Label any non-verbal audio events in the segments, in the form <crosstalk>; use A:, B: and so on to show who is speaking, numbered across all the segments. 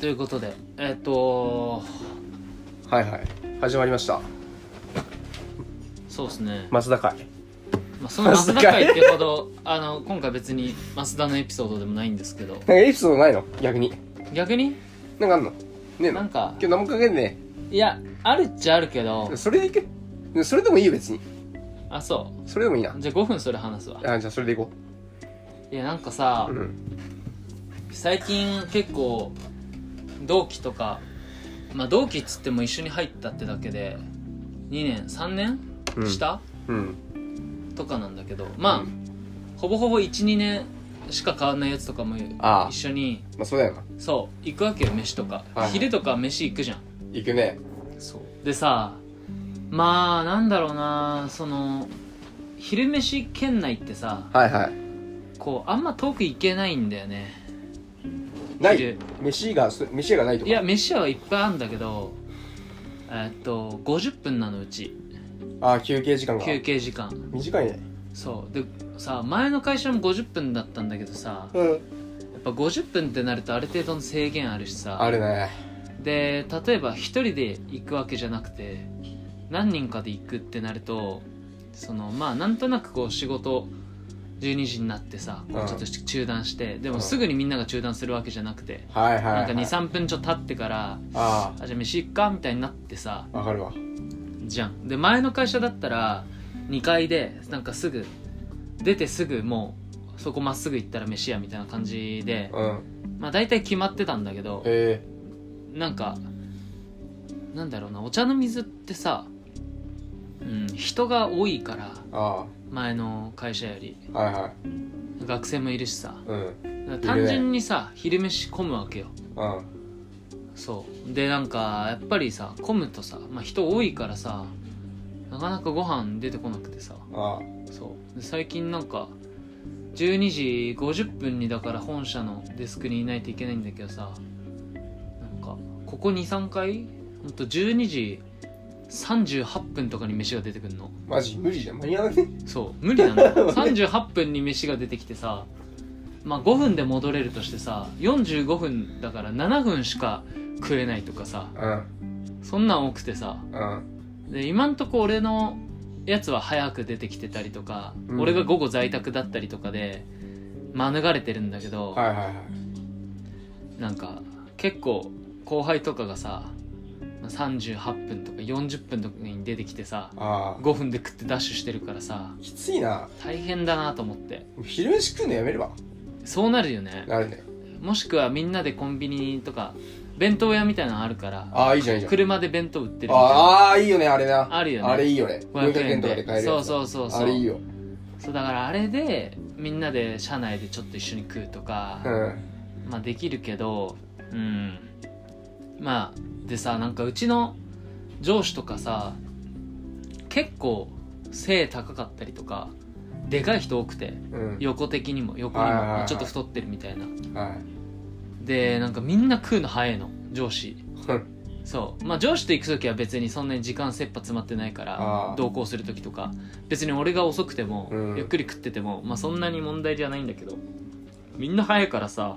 A: ということでえっ、と
B: はいはい始まりました
A: そうですね、
B: 松田会
A: まあ、その
B: 増
A: 増
B: 田
A: 田
B: 会
A: 会ってほどあの今回別に増田のエピソードでもないんですけど
B: なんかエピソードないの逆に
A: 逆に
B: なんかあんのねえの
A: なんか
B: 今日何もかけんね
A: いやあるっちゃあるけど
B: えそれでいけねそれでもいいよ別に
A: あそ
B: それでもいいな
A: うじゃあ5分それ話すわ
B: あじゃあそれでいこ
A: いやなんかさ
B: ううん
A: 最近結構同期とかまあ同期っつっても一緒に入ったってだけで2年3年
B: うん
A: 下、
B: うん
A: とかなんだけどまあ、
B: う
A: ほぼほぼ12年しか変わんないやつとかも
B: ああ
A: 一緒に
B: まあそうだよな
A: そう行くわけよ飯とか、
B: はい
A: 昼とか飯行くじゃん
B: 行くね
A: そうでさまあなんだろうなその昼飯圏内ってさ
B: はいはい
A: こうあんま遠く行けないんだよね
B: ない
A: 昼
B: 飯がす飯がないとか
A: いや飯屋はいっぱいあるんだけどえっと50分なのうち
B: あ休憩時間が
A: 休憩時間
B: 短いね
A: そうでさ前の会社も50分だったんだけどさ
B: うん
A: やっぱ50分ってなるとある程度の制限あるしさ
B: あるね
A: で例えば一人で行くわけじゃなくて何人かで行くってなるとそのまあなんとなくこう仕事12時になってさこ
B: うん
A: うちょっと中断して、で
B: う
A: も
B: ん
A: すぐにみんなが中断するわけじゃなくて、
B: はいはい、はい、
A: なんか23分ちょっと経ってから
B: あ
A: あじゃあ飯行くかみたいになってさ
B: あわかるわ
A: じゃんで前の会社だったら2階でなんかすぐ出てすぐもうそこまっすぐ行ったら飯屋みたいな感じで、
B: うん
A: まあ大体決まってたんだけど、
B: へえ
A: なんかなんだろうなお茶の水ってさ、うん、人が多いから
B: あ
A: 前の会社より
B: あはいはい
A: 学生もいるしさ
B: うん
A: 単純にさ昼飯混むわけよ
B: うん
A: そうでなんかやっぱりさ混むとさ、まあ、人多いからさなかなかご飯出てこなくてさ
B: あ
A: そうで最近なんか12時50分にだから本社のデスクにいないといけないんだけどさなんかここ23回ほんと12時38分とかに飯が出てくんの
B: マジ無理じゃん間に合わない
A: そう無理なの38分に飯が出てきてさまあ5分で戻れるとしてさ45分だから7分しか食えないとかさ
B: うん
A: そんなん多くてさ
B: うん
A: で今んとこ俺のやつは早く出てきてたりとか、
B: うん
A: 俺が午後在宅だったりとかで免れてるんだけど、
B: はいはいはい
A: なんか結構後輩とかがさ38分とか40分とかに出てきてさ
B: ああ
A: 5分で食ってダッシュしてるからさ
B: きついな
A: 大変だなと思って
B: 昼飯食うのやめれば
A: そうなるよね
B: なるね
A: もしくはみんなでコンビニとか弁当屋みたいなのあるから
B: ああいいじゃんいいじゃん
A: 車で弁当売ってるみたいな
B: ああいいよねあれな
A: あるよね
B: あれいいよね
A: 500
B: 400円とかで買えるやつ
A: そうそうそうそう
B: あれいいよ
A: そうだからあれでみんなで社内でちょっと一緒に食うとか、
B: うん
A: まあできるけどうんまあでさなんかうちの上司とかさ結構背高かったりとかでかい人多くて
B: うん
A: 横的にも横にも
B: はいはいはい
A: まあちょっと太ってるみたいな
B: はい
A: でなんかみんな食うの早いの上司
B: うん
A: そうまあ上司と行く時は別にそんなに時間切羽詰まってないか
B: あ
A: ら
B: ー
A: 同行する時とか別に俺が遅くても、
B: うん
A: ゆっくり食ってても、まあ、そんなに問題じゃないんだけどみんな早いからさ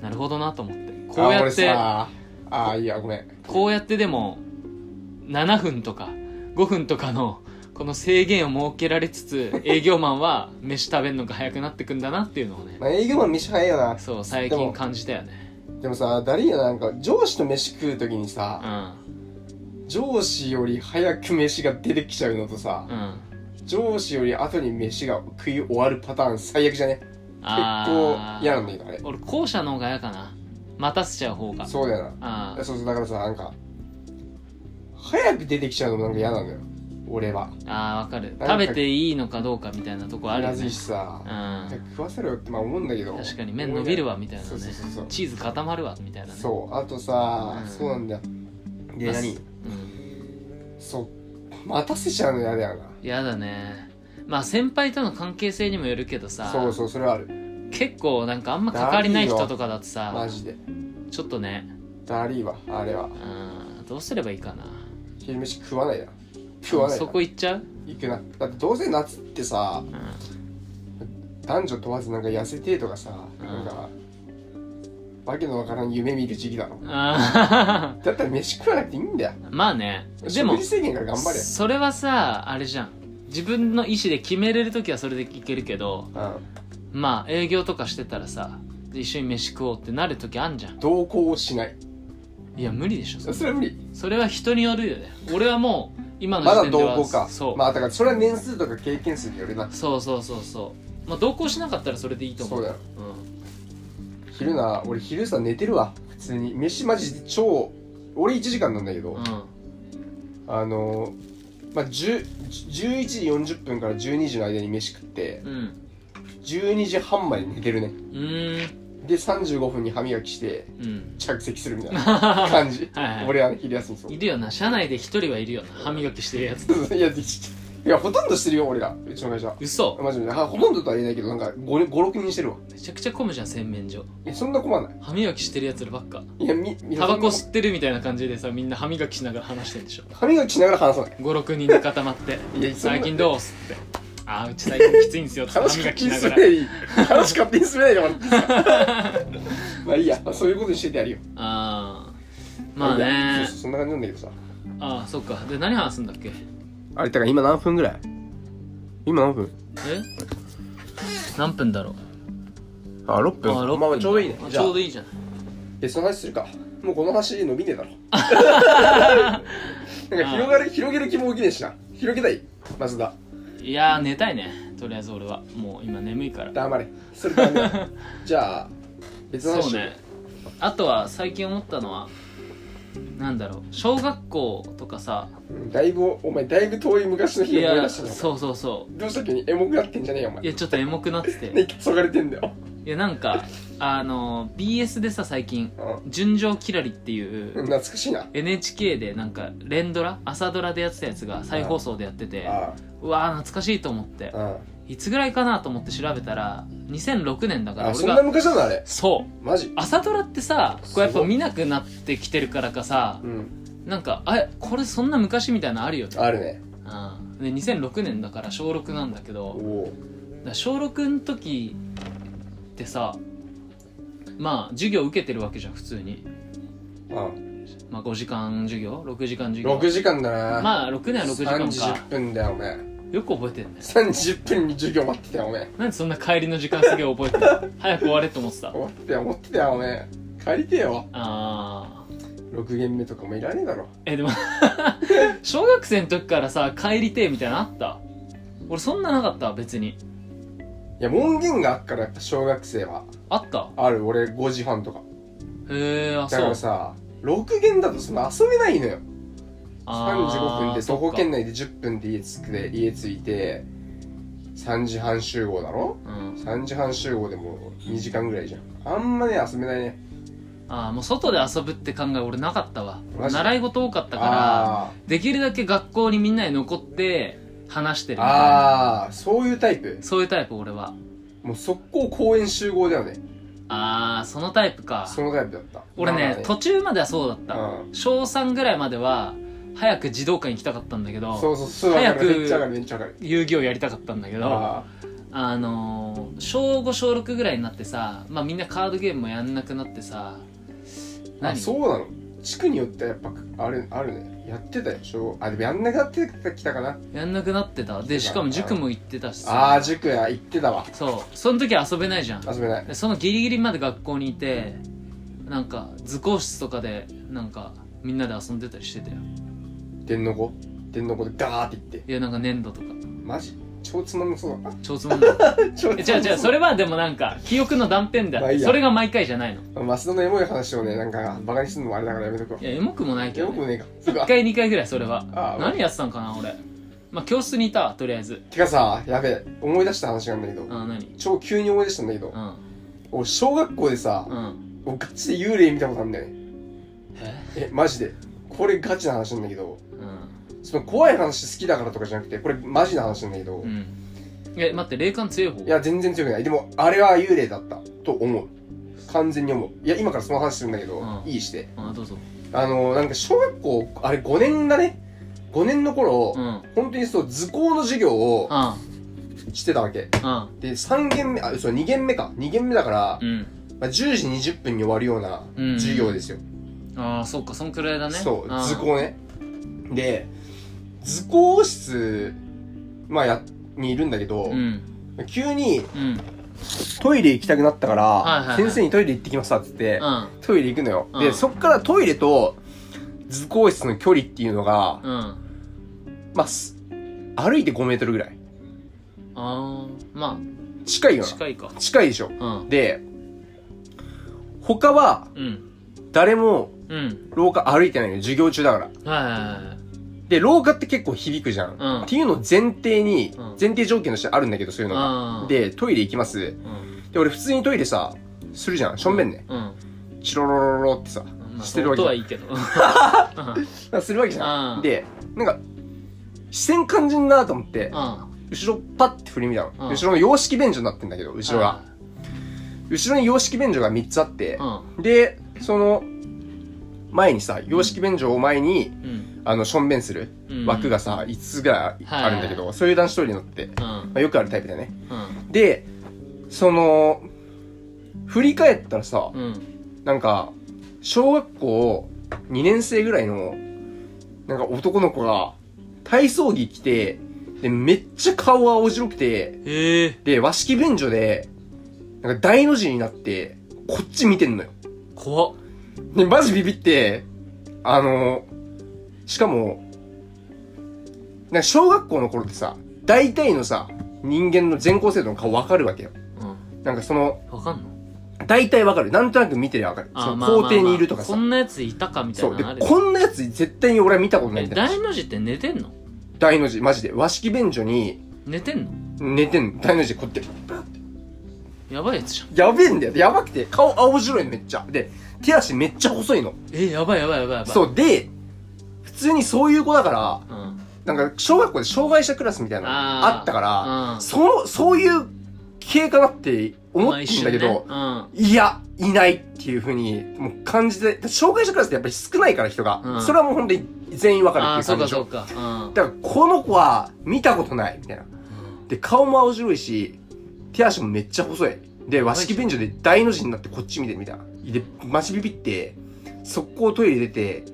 A: なるほどなと思ってこうやって
B: あ俺さああいいやごめん
A: こうやってでも7分とか5分とかのこの制限を設けられつ
B: <laughs>
A: つ営業マンは飯食べるのが早くなってくんだなっていうのをね
B: まあ営業マン飯早いよな
A: そう最
B: で
A: 近
B: も
A: 感じたよね
B: でもさだるいよななんか上司と飯食う時に
A: う
B: さ
A: ん
B: 上司より早く飯が出てきちゃうのとさ
A: うん
B: 上司より後に飯が食い終わるパターン最悪じゃね結
A: あ
B: 構
A: ー
B: 嫌なんだけどあれ
A: 俺後者の方が嫌かな待たせちゃう方が
B: そうだよ
A: あ
B: な
A: ー
B: そうそうだからさなんか早く出てきちゃうのもなんか嫌なんだよ俺は
A: あーわかる
B: か
A: 食べていいのかどうかみたいなとこあるよ
B: まず
A: ね
B: いしさ
A: うん
B: 食わせろよってまあ思うんだけど
A: 確かに麺伸びるわみたいなね
B: そうそうそうそう
A: チーズ固まるわみたいなね
B: そうあとさ
A: うん
B: そうなんだよで
A: まあ
B: 何
A: うん
B: そう待たせちゃうの嫌だよ
A: 嫌だねまあ先輩との関係性にもよるけど
B: な
A: さ
B: そうそうそれはある
A: 結構なんかあんま関わりない人とかだと
B: マ
A: さ
B: ジで
A: ちょっとね
B: だりーわあれは
A: うんどうすればいいかな
B: 昼飯食わないな食わないな
A: そこ行っちゃう、
B: 行くなだってどうせ夏ってさ
A: うん、
B: 男女問わずなんか痩せてとかさ、
A: うん
B: なんかわけのわからん夢見る時期だろ
A: あ
B: だったら飯食わなくていいんだよ
A: ー <laughs> まあねで
B: 食
A: も
B: 事制限から頑張れ
A: それはさあれじゃん自分の意思で決めれる時はそれでいけるけど
B: うん
A: まあ営業とかしてたらさ一緒に飯食おうってなる時あんじゃん
B: 同行をしない
A: いや無理でしょそれ
B: それは無理
A: それは人によるよね俺はもう今の
B: ま
A: 時
B: だ
A: 点では
B: 同行か
A: そう、
B: まあだからそれは年数とか経験数によるな
A: そうそうそうそうまあ同行しなかったらそれでいいと思う
B: そうだよ
A: うん
B: 昼な俺昼さ寝てるわ普通に飯マジで超俺1時間なんだけど、
A: うん
B: あのまあ、10 11時40分から12時の間に飯食って
A: うん
B: 12時半まで寝てるね
A: うーん
B: で35分に歯磨きして
A: うん
B: 着席するみ
A: <laughs>
B: たいな感じ
A: はいはい
B: 俺は昼休みそう <laughs>
A: いるよな社内で一人はいるよな歯磨きしてるやつ
B: いやでちいやほとんどしてるよ俺らうちの会社
A: 嘘
B: マジであほとんどとは言えないけどなんか56人してるわ
A: めちゃくちゃ混むじゃん洗面所
B: いやそんな困んない
A: 歯磨きしてるやつらばっか
B: いやみみ
A: タバコ
B: そ
A: 吸
B: ん
A: ってるみたいな感じでさみんな歯磨きしながら話してんでしょ
B: な歯磨きしながら話さない
A: 56人で固まって
B: <laughs> いや
A: 「
B: そんな
A: 最近どう?」っつって「ああうち最近きついんすよ」
B: <laughs>
A: つって歯
B: 話
A: 磨
B: 勝
A: き
B: 手
A: し
B: に
A: ながら
B: 進めない話勝手に進めないでもらってさ
A: <laughs>
B: まあいいやそういうことにしててやるよ
A: ああまあ
B: いや
A: ね
B: そうそうそんな感じなんだけどさ
A: ああそっかで何話すんだっけ
B: あれだから今何分ぐらい今何分
A: え何分だろう
B: あ6分
A: ああ6分
B: まあまあちょうどいいね
A: あ
B: じ
A: ち
B: ゃあ
A: ょうどいいじゃん
B: 別の話するかもうこの話伸びねえだ
A: <laughs>
B: ろなんか広がる広げる気も起きねえしな広げたいまずだ
A: いやー寝たいねとりあえず俺はもう今眠いから
B: 黙れそれダメだ
A: <laughs>
B: じゃあ別の話
A: そうねあとは最近思ったのはなんだろう小学校とかさ
B: うんだいぶお前だいぶ遠い昔の
A: い
B: 日を思い
A: や
B: 出したじゃん
A: そうそうそ
B: どうした時にエモくなってんじゃねえよお前
A: ういやちょっとエモくなってて
B: ねそがれてんだよ
A: いやなんかあの BS でさ最近
B: う
A: 「純情キラリ」って
B: ん
A: いう
B: 懐かしいな
A: NHK でなんか連ドラ朝ドラでやってたやつが再放送でやってて
B: あ
A: うわー懐かしいと思って
B: ああ
A: いつぐらいかなと思って調べたら2006年だ
B: あ
A: か
B: あ
A: ら
B: そ
A: 俺
B: ん
A: が
B: な昔なんだあれ
A: そう
B: マジ
A: 朝ドラってさこうやっぱ見なくなってきてるからかさ
B: うん
A: なんかあれこれそんな昔みたいなのあるよね
B: あるね
A: うんで2006年だから小6なんだけ
B: お
A: ど
B: お
A: だから小6の時ってさまあ授業受けてるわけじゃん普通に、
B: あ
A: まあ、5時間授業6時間授業
B: 6時間だな
A: まあ6年は6時間か
B: 30分だよおめえ
A: よく覚えてんね
B: 30分に授業待ってたよおめえ
A: なんでそんな帰りの時間すげえ覚えて
B: <laughs>
A: る早く終われって思ってた
B: 思ってたよ思ってたよおめえ帰りてえよ
A: あー
B: 6限目とかもいらねえだろ
A: えでも <laughs> 小学生の時からさ帰りてえみたいなのあった俺そんななかった別に
B: いや門限があっからやっぱ小学生は
A: あった
B: ある俺5時半とか
A: へえあ
B: だ
A: そ
B: か
A: う
B: らさ6限だとその遊べないのよ35分
A: あー
B: で
A: そ
B: 徒
A: っか
B: 歩圏内で10分で家着くで家着いて3時半集合だろ
A: うん
B: 3時半集合でも2時間ぐらいじゃんあんまね遊べないね
A: ああもう外で遊ぶって考え俺なかったわ
B: マジ
A: 習い事多かったから
B: あ
A: できるだけ学校にみんなで残って話してる
B: ー
A: みたいな
B: あーそういうタイプ
A: そういうタイプ俺は
B: もう速攻公園集合だよね
A: ああそのタイプか
B: そのタイプだった
A: 俺ね
B: まあまあ
A: 途中まではそうだった、
B: うん
A: 小3ぐらいまでは早く児童館行きたかったんだけ
B: そ
A: ど
B: うそうそう
A: 早く
B: わかるめっちゃわかるめっちゃわかる
A: 遊戯をやりたかったんだけどあ
B: あ
A: のー小5小6ぐらいになってさまあみんなカードゲームもやんなくなってさ
B: ーあそうなの地区によってはやっぱあれあるねやってたよ小あでもやんなくなってきたかな
A: やんなくなってたでしかも塾も行ってたし
B: あ
A: さ
B: あ塾や行ってたわ
A: そうその時は遊べないじゃん
B: 遊べない
A: でそのギリギリまで学校にいてなんか図工室とかでなんかみんなで遊んでたりしてたよ
B: 天の子天の子でガーって行って
A: いやなんか粘土とか
B: マジ超つまんなそうだな <laughs>
A: 超つまんだ <laughs>
B: 超
A: え
B: つ
A: 違
B: ま
A: うん違
B: な
A: う
B: そ
A: そうれはでもなんか記憶の断片であ
B: ま
A: っ
B: あい
A: て
B: いや
A: それが毎回じゃないの
B: マスダのエモい話をねなんかバカにするのもあれだからやめとくわ
A: いやエモくもないけ
B: エ
A: ど、
B: モくも
A: ね、
B: ねえかそう
A: 1
B: か
A: 回2回ぐらいそれは
B: あ
A: 何やってたんかな俺まあ教室にいたわとりあえず
B: てかさやべえ思い出した話なんだけど
A: あ何
B: 超急に思い出したんだけど
A: うん
B: 俺小学校でさ
A: うん
B: 俺ガチで幽霊見たことあるんだよね
A: え
B: えマジでこれガチな話なんだけど
A: うん
B: その怖い話好きだからとかじゃなくてこれマジな話なんだけど、
A: う
B: い
A: んえ待って霊感強い方
B: や全然強くないでもあれは幽霊だったと思う完全に思ういや今からその話するんだけど、
A: うん
B: いいして
A: あどうぞ
B: あのなんか小学校あれ5年だね5年の頃、
A: うんうん
B: 本当にそう図工の授業を
A: うん
B: してたわけ
A: うん
B: で3限目あそう2限目か2限目だから、
A: うん
B: まあ、10時20分に終わるような
A: うん
B: 授業ですよ、
A: ああそうかそんくらいだね
B: そう
A: あー
B: 図工ねで図工室、まあ、やにいるんだけど、
A: うん
B: 急に
A: うん
B: トイレ行きたくなったから、
A: はいはいはい
B: 先生にトイレ行ってきますわって言って、
A: うん
B: トイレ行くのよ、
A: う
B: で
A: ん
B: そっからトイレと図工室の距離っていうのが、
A: うん
B: まあす歩いて5メートルぐらい
A: ああま
B: 近い
A: あ
B: よな
A: 近いか
B: 近いでしょ
A: うん
B: で他は
A: うん
B: 誰も
A: うん
B: 廊下歩いてないのよ授業中だから
A: はいはいはいはい
B: で廊下って結構響くじゃん、
A: うん
B: っていうのを前提に、
A: うん
B: 前提条件としてあるんだけどそういうのが、
A: あー
B: でトイレ行きます
A: うん
B: で俺普通にトイレさするじゃんしょんべんね、
A: うん
B: チロロロロってさ
A: まあ
B: してるわけ
A: 音はいい
B: <laughs>
A: けどうん
B: なんかするわけじゃ
A: うんん
B: でなんか視線感じんなと思って
A: うん
B: 後ろパッて振り見たの、
A: うん
B: 後ろの洋式便所になってんだけど後ろが後ろに洋式便所が3つあって
A: う、ん
B: でその前にさ洋式便所を前に
A: うん
B: あのしょんべんする
A: うん
B: 枠がさ5つぐらいあるんだけど、
A: は
B: そういう男子トイレになってて、
A: うん
B: まあ、よくあるタイプだよね
A: うん
B: でその振り返ったらさ、
A: うん
B: なんか小学校2年生ぐらいのなんか男の子が体操着着てでめっちゃ顔は青白くて
A: へえ
B: で和式便所でなんか大の字になってこっち見てんのよ
A: 怖っ
B: でマジビビってあのしかもなんか小学校の頃ってさ大体のさ人間の全校生徒の顔わかるわけよ
A: うん
B: なんかその
A: わかんの
B: 大体わかるなんとなく見てりゃわかる
A: あ
B: そ
A: ー
B: の
A: まあまあま
B: 校
A: あ
B: 庭にいるとかさ
A: こんなやついたかみたい
B: そう。
A: な
B: で
A: のあ、るよ
B: こんなやつ絶対に俺は見たことない
A: え
B: みたいな。
A: 大の字って寝てんの
B: 大の字、マジで。和式便所に
A: 寝てんの
B: 寝てんの。大の字でこうやって。
A: やばいやつじゃん
B: やべえんだよ。やばくて。顔青白いのめっちゃ。で、手足めっちゃ細いの。
A: えやばいやばいやばいやばい
B: そう。で、普通にそういう子だから、
A: うん、
B: なんか小学校で障害者クラスみたいなの
A: あー
B: あったから、
A: うん
B: その、そういう系かなって思
A: ま
B: っ
A: あ
B: て
A: 一
B: ん
A: 瞬
B: だけど、
A: ねうん
B: いや、いないっていうふうに、もう感じて、障害者クラスってやっぱり少ないから人が、
A: うん
B: それはもう本当に全員わかる
A: あ
B: って
A: あ
B: いう
A: そ
B: 感
A: う
B: じ
A: か
B: でし
A: そ
B: ょ
A: う。かうん
B: だからこの子は見たことないみたいなで顔も青白いし手足もめっちゃ細いで和式便所で大の字になってこっち見てみたいなでマジビビって速攻トイレ出て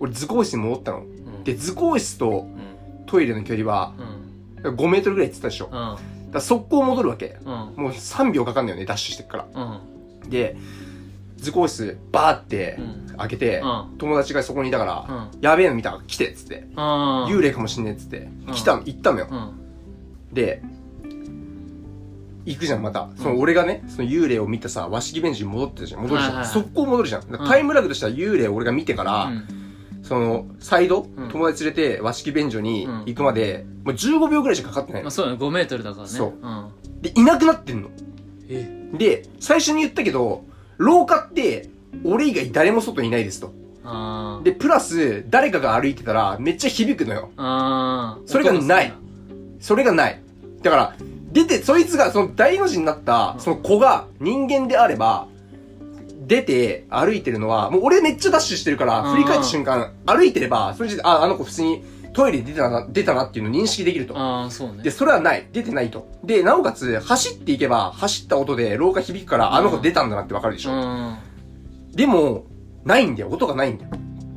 B: 俺図工室に戻ったの
A: うん
B: で図工室と
A: うん
B: トイレの距離は
A: うん
B: 5メートルぐらいって言ってたでしょだか
A: うん
B: ら速攻戻るわけ
A: うん
B: もう3秒かかんだよねダッシュしてっから
A: うん
B: で図工室バーって
A: うん
B: 開けて、
A: うん
B: 友達がそこにいたから、
A: うん
B: やべえの見た来てっつって、
A: うん
B: 幽霊かもしんねえっつって、
A: ん
B: 来たの行ったのよ、
A: うん
B: で行くじゃんまたその俺がね、その幽霊を見たさ和式ベンチに戻ってたじゃん戻るじゃん、
A: はいはいはい
B: 速攻戻るじゃんだから
A: うん
B: タイムラグとしては幽霊を俺が見てか
A: う
B: ら、
A: ん
B: そのサイド、
A: うん
B: 友達連れて和式便所に
A: うん
B: 行くまで、もう15秒ぐらいしかかかってない
A: ま
B: の
A: あそうだね5メートルだからね
B: そうんでいなくなってんの
A: え
B: で最初に言ったけど廊下って俺以外誰も外いないですと
A: あー
B: でプラス誰かが歩いてたらめっちゃ響くのよ
A: あー
B: それがないそれがない。だから、出て、そいつが、その大の字になった、その子が人間であれば、出て歩いてるのは、もう俺めっちゃダッシュしてるから、
A: うん
B: 振り返った瞬間、歩いてれば、それで、あ、あの子普通にトイレ出たな、出たなっていうのを認識できると。
A: ああそうね
B: で、それはない。出てないと。で、なおかつ、走っていけば、走った音で廊下響くから、あの子出たんだなってわかるでし
A: う
B: ょ。
A: ん
B: でも、ないんだよ。音がないんだよ。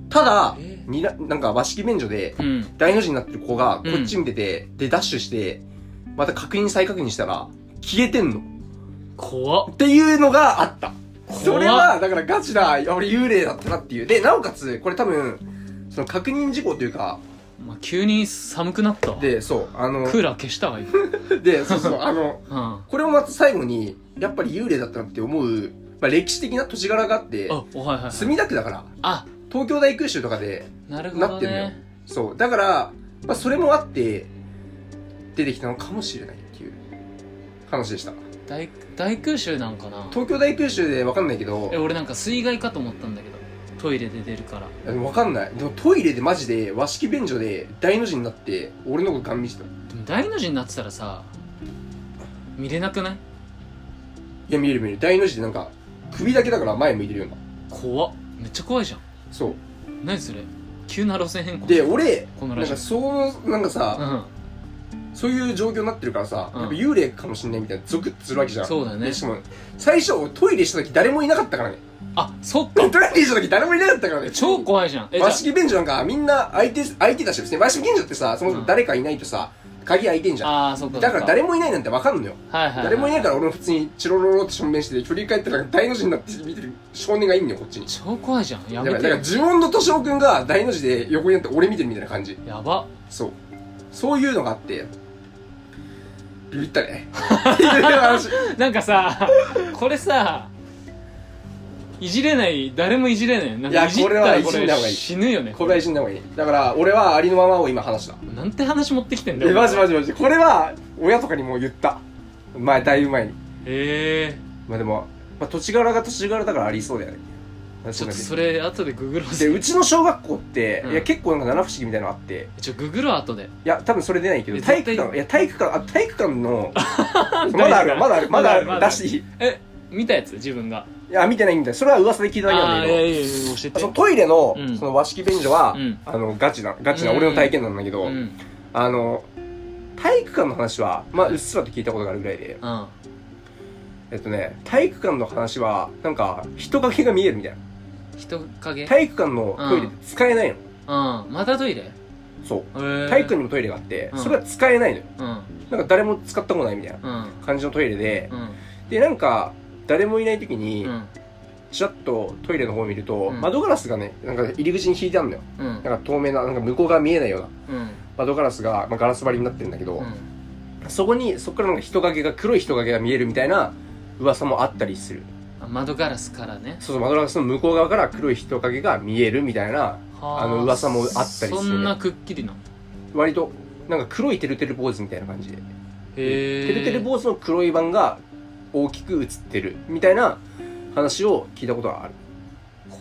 B: ただ
A: え、
B: にらなんか和式便所で、
A: うん
B: 大の字になってる子がこ
A: うん
B: っち見てて、でダッシュしてまた確認再確認したら消えてんの
A: 怖っ
B: っていうのがあった
A: 怖っ
B: それはだからガチだいや俺幽霊だったなっていうでなおかつこれ多分その確認事項というか
A: まあ急に寒くなったわ
B: でそうあの
A: クーラー消したわ今
B: でそうそうあの
A: うんあ
B: これもまた最後にやっぱり幽霊だったなって思う、まあ、歴史的な土地柄があって
A: おはいはいはい
B: 墨田区だから
A: あ
B: 東京大空襲とかで
A: なるほ
B: な
A: ど
B: ってんのよ
A: ね
B: そうだから、まあ、それもあって出てきたのかもしれないっていう話でした
A: 大大空襲なんかな
B: 東京大空襲で分かんないけど
A: え俺なんか水害かと思ったんだけどトイレで出るから
B: 分かんないでもトイレでマジで和式便所で大の字になって俺のことガン見してたい
A: でも大の字になってたらさ見れなくない
B: や見える見える大の字でなんか首だけだから前向いてるような
A: 怖っめっちゃ怖いじゃん
B: そ
A: 何それ急な路線変更
B: うで俺
A: このラ
B: なん
A: ジ
B: かそのなん
A: オ
B: か
A: う
B: さ
A: ん
B: そういう状況になってるからさ、
A: うん
B: やっぱ幽霊かもしんないみたいなゾクッとするわけじゃん
A: そうだね
B: でしかも最初俺トイレした時誰もいなかったからね
A: あそっ
B: ト
A: か
B: イレした時誰もいなかったからね
A: 超怖いじゃんえじゃ
B: 和
A: あ
B: 式便所なんかみんな相手相手だし別に和式便所ってさそもそも誰かいないとさ、鍵開いてんじゃん
A: あーそっかそっ
B: だから誰もいないなんてわかんのよ
A: はいはい、はい、
B: 誰もいないから俺も普通にチロロロって正面して振り返ったら大の字になって見てる少年がいんのよこっちに
A: 超怖いじゃんや
B: だ
A: め
B: からだ
A: て
B: から
A: よ
B: 呪文の敏夫君が大の字で横になって俺見てるみたいな感じ
A: やば
B: そうそういうのがあってビビったねっていう話
A: なんかさこれさいじれない誰もいじれないよなん
B: い
A: か
B: や
A: いじった
B: これ
A: ら
B: はい
A: こ
B: じんだ方が
A: れ
B: いい
A: 死ぬよね
B: これは死んだ方がいいだから俺はありのままを今話した
A: なんて話持ってきてんだよ
B: えマジマジマジこれは親とかにも言った前だいぶ前に
A: え
B: まあでも、まあ、土地柄が土地柄だからありそうだよね
A: ー、ちょっとそれ後でググろう
B: で
A: ぜ
B: うちの小学校って、
A: うん
B: いや結構なんか七不思議みたいなのあって
A: ちょググろう後で
B: いや多分それ出ないけど
A: え
B: 体
A: 絶対
B: 育館いや体育館あ体育
A: <laughs>
B: 館の
A: ま
B: まだあるまだあるまだある
A: まだあ
B: 出
A: る
B: していい
A: え見たやつ自分が
B: いや見てないみたいそれは噂で聞いただけなん
A: あ
B: だ
A: ーいや
B: けど
A: いやいや教え
B: あ
A: て
B: そのトイレの,、
A: うん
B: その和式便所は、
A: うん
B: あのガチなガチな
A: うん
B: 俺の体験なんだけど、
A: うんうん
B: あの体育館の話はまあうっすらと聞いたことがあるぐらいで
A: あ
B: えっとね体育館の話はなんか人影が見えるみたいな
A: 人影
B: 体育館のトイレって使えないの、
A: うんまたトイレ
B: そう体
A: 体
B: 育館にもトイレがあって、
A: うん
B: それは使えないのよ
A: うん
B: なんか誰も使ったことないみたいな
A: うん
B: 感じのトイレで
A: う、ん
B: でなんか誰もいない時に
A: うん
B: ちらっとトイレの方を見ると、
A: ん
B: 窓ガラスがねなんか入り口に引いてあるのよ
A: うん
B: なんか透明ななんか向こう側見えないような
A: うん
B: 窓ガラスが、まあ、ガラス張りになってるんだけど、
A: うん
B: そこにそこからなんか人影が黒い人影が見えるみたいな噂もあったりする
A: あ窓ガラスからね
B: そうそう窓ガラスの向こう側から黒い人影が見えるみたいな
A: は
B: あの噂もあったりするね
A: そんなくっきりな
B: 割となんか黒いてるてる坊主みたいな感じで
A: へえ
B: てるてる坊主の黒い版が大きく映ってるみたいな話を聞いたことがある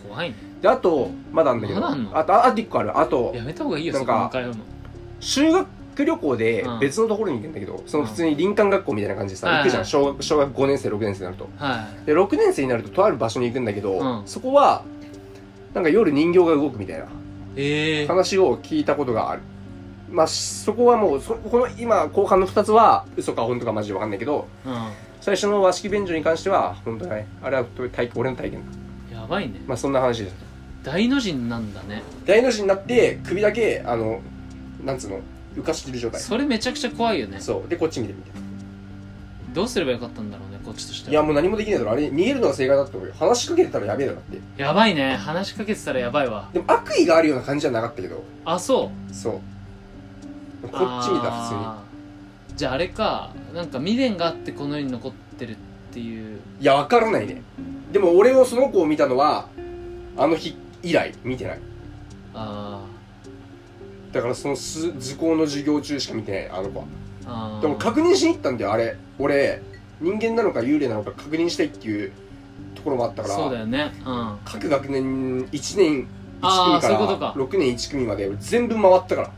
A: 怖いね
B: であとまだあるんだけど、
A: まだあんの
B: あとああと1個あるあと
A: やめた方がいいよ
B: な
A: そ
B: ん
A: こ
B: か
A: 向かうの
B: 修学旅行で
A: うん
B: 別のところに行くんだけど、その普通に林間学校みたいな感じでさ、
A: はい
B: 行
A: はい
B: くじゃん小学小学5年生6年生になると
A: はい
B: で6年生になるととある場所に行くんだけど、
A: うん
B: そこはなんか夜人形が動くみたいな
A: ええ
B: 話を聞いたことがあるまあそこはもうそこの今後半の2つは嘘か本当かマジで分かんないけど
A: う
B: 最初の和式便所に関しては本当だねあれは体俺の体験だ
A: んやばいね
B: まあそんな話です
A: 大の字になんだね
B: 大の字になって首だけあのなんつうの浮かしてる状態
A: それめちゃくちゃ怖いよね
B: そうでこっち見てみて
A: どうすればよかったんだろうねこっちとして
B: い
A: は
B: やもう何もできないだろあれ逃げるのが正解だったと思うよ話しかけてたらやべえだろって
A: やばいね話しかけてたらやばいわ
B: でも悪意があるような感じじゃなかったけど
A: あそう
B: そうこっち見た普通に
A: あーじゃああれかなんか未練があってこの世に残ってるっていう
B: いやわからないねでも俺もその子を見たのはあの日以来見てない
A: あ
B: だからそのす図工の授業中しか見てないあの子は
A: ーあー
B: でも確認しに行ったんだよあれ俺人間なのか幽霊なのか確認したいっていうところもあったから
A: そうだよねうん
B: 各学年1年
A: あ
B: 1組
A: ー
B: か
A: そういう
B: ら
A: ことか
B: 6年1組まで全部回ったから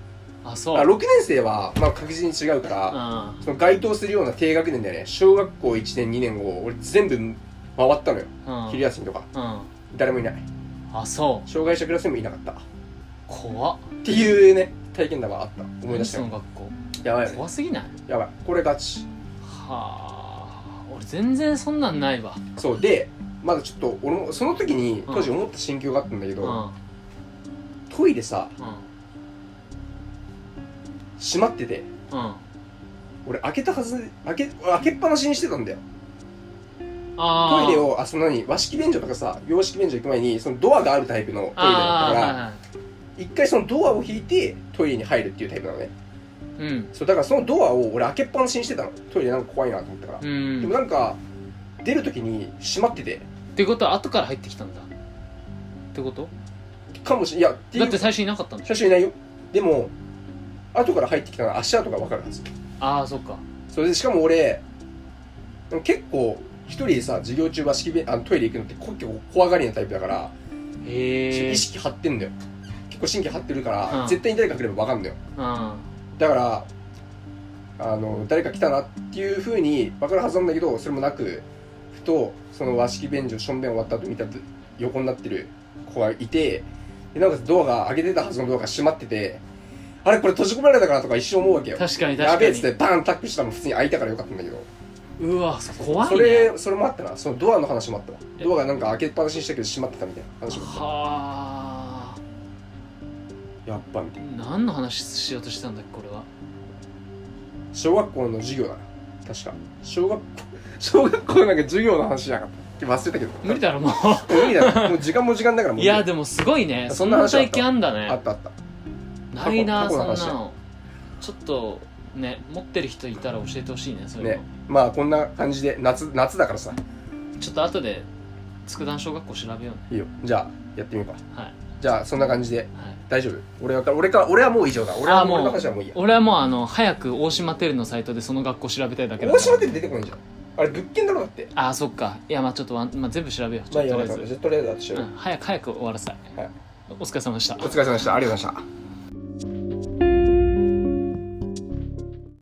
A: あ
B: だ
A: そう
B: から6年生はまあ確実に違うから、
A: う
B: その該当するような低学年だよね小学校1年2年を俺全部回ったのよ、
A: んうん
B: 昼休みとか
A: うん
B: 誰もいない
A: あそう
B: 障害者クラスにもいなかったっ
A: 怖って
B: いうね体験談があった思い出した
A: そ
B: よ
A: の学校
B: やばいよね
A: 怖すぎない
B: やばいこれガチ
A: はあ俺全然そんなんないわ
B: そうでまだちょっと俺もその時に
A: うん
B: 当時思った心境があったんだけ
A: う
B: ど、
A: んうん
B: トイレさ
A: う
B: 閉まってて
A: ん
B: 俺開けたはず開け開けっぱなしにしてたんだよ
A: あー
B: トイレをあその何和式便所とかさ洋式便所行く前にそのドアがあるタイプのトイレだったから
A: あ
B: 一回そのドアを引いてトイレに入るっていうタイプなのね
A: ーはいはいうん
B: そうだからそのドアを俺開けっぱなしにしてたのトイレなんか怖いなと思ったから、
A: う
B: で
A: ん
B: もなんか出る時に閉まってて
A: ってことは後から入ってきたんだってこと
B: かもしれいやってい
A: だっ
B: う
A: て最初いなかったんでしょ
B: 最初いないよでも後から入ってきたら足跡が分かるはず
A: ああそっか
B: それでしかも俺結構一人でさ授業中は式便あのトイレ行くのって結構怖がりなタイプだから、
A: へえ
B: 意識張ってんだよ結構神経張ってるから、
A: うん
B: 絶対に誰か来れば分かんだよ
A: うん
B: だからあの誰か来たなっていうふうに分かるはずなんだけどそれもなくふとその和式便所しょんべん終わった後見たと横になってる子がいてでなおかつドアが開けてたはずのドアが閉まっててあれこれ閉じ込められたからとか一瞬思うわけよ。
A: 確かに確かに
B: やべえっつってバーンタックしたの普通に開いたからよかったんだけど。
A: うわ怖い
B: そ
A: ね
B: れ、それもあったな。そのドアの話もあったわ。
A: え
B: ドアがなんか開けっぱなしにしたけど閉まってたみたいな話もあっ
A: はあ
B: た。やっぱみたいな。
A: 何の話しようとしてたんだっけこれは
B: 小学校の授業だな。確か。小学校、 <laughs> 小学校なんか授業の話じゃなかった。忘れたけど。
A: 無理だろも
B: もう無理だな。もう時間も時間だから
A: う
B: もう
A: い
B: 無理。
A: やでもすごいね
B: そんな話
A: 体験あんだね
B: あったあった。
A: ないな
B: 過去
A: そん
B: 過去の
A: な
B: 話
A: のちょっとね持ってる人いたら教えてほしいねそういうの、
B: ね。まあこんな感じで、夏、夏だからさ。
A: ちょっと後で佃南小学校調べようね
B: いいよ。じゃあ、やってみようか。
A: はい、
B: じゃあ、そんな感じで。
A: はい、
B: 大丈夫俺は俺か俺はもう以上だ俺
A: あ
B: は
A: ーもう
B: 俺の話はもういいや
A: 俺はもうあの早く大島テルのサイトでその学校調べたいだけだ
B: 大島って出てこないじゃんあれ物件だろだって
A: ああそっかいやまあちょっとワン、まあ、全部調べようち
B: ま
A: ょ
B: あ
A: っ
B: いい
A: と
B: や
A: とりあ
B: わ
A: えず
B: かったじゃあとりあえず私は
A: うん、早く早く終わらせたい、
B: はい
A: お疲れ様でした
B: お疲れ様でしたありがとうございました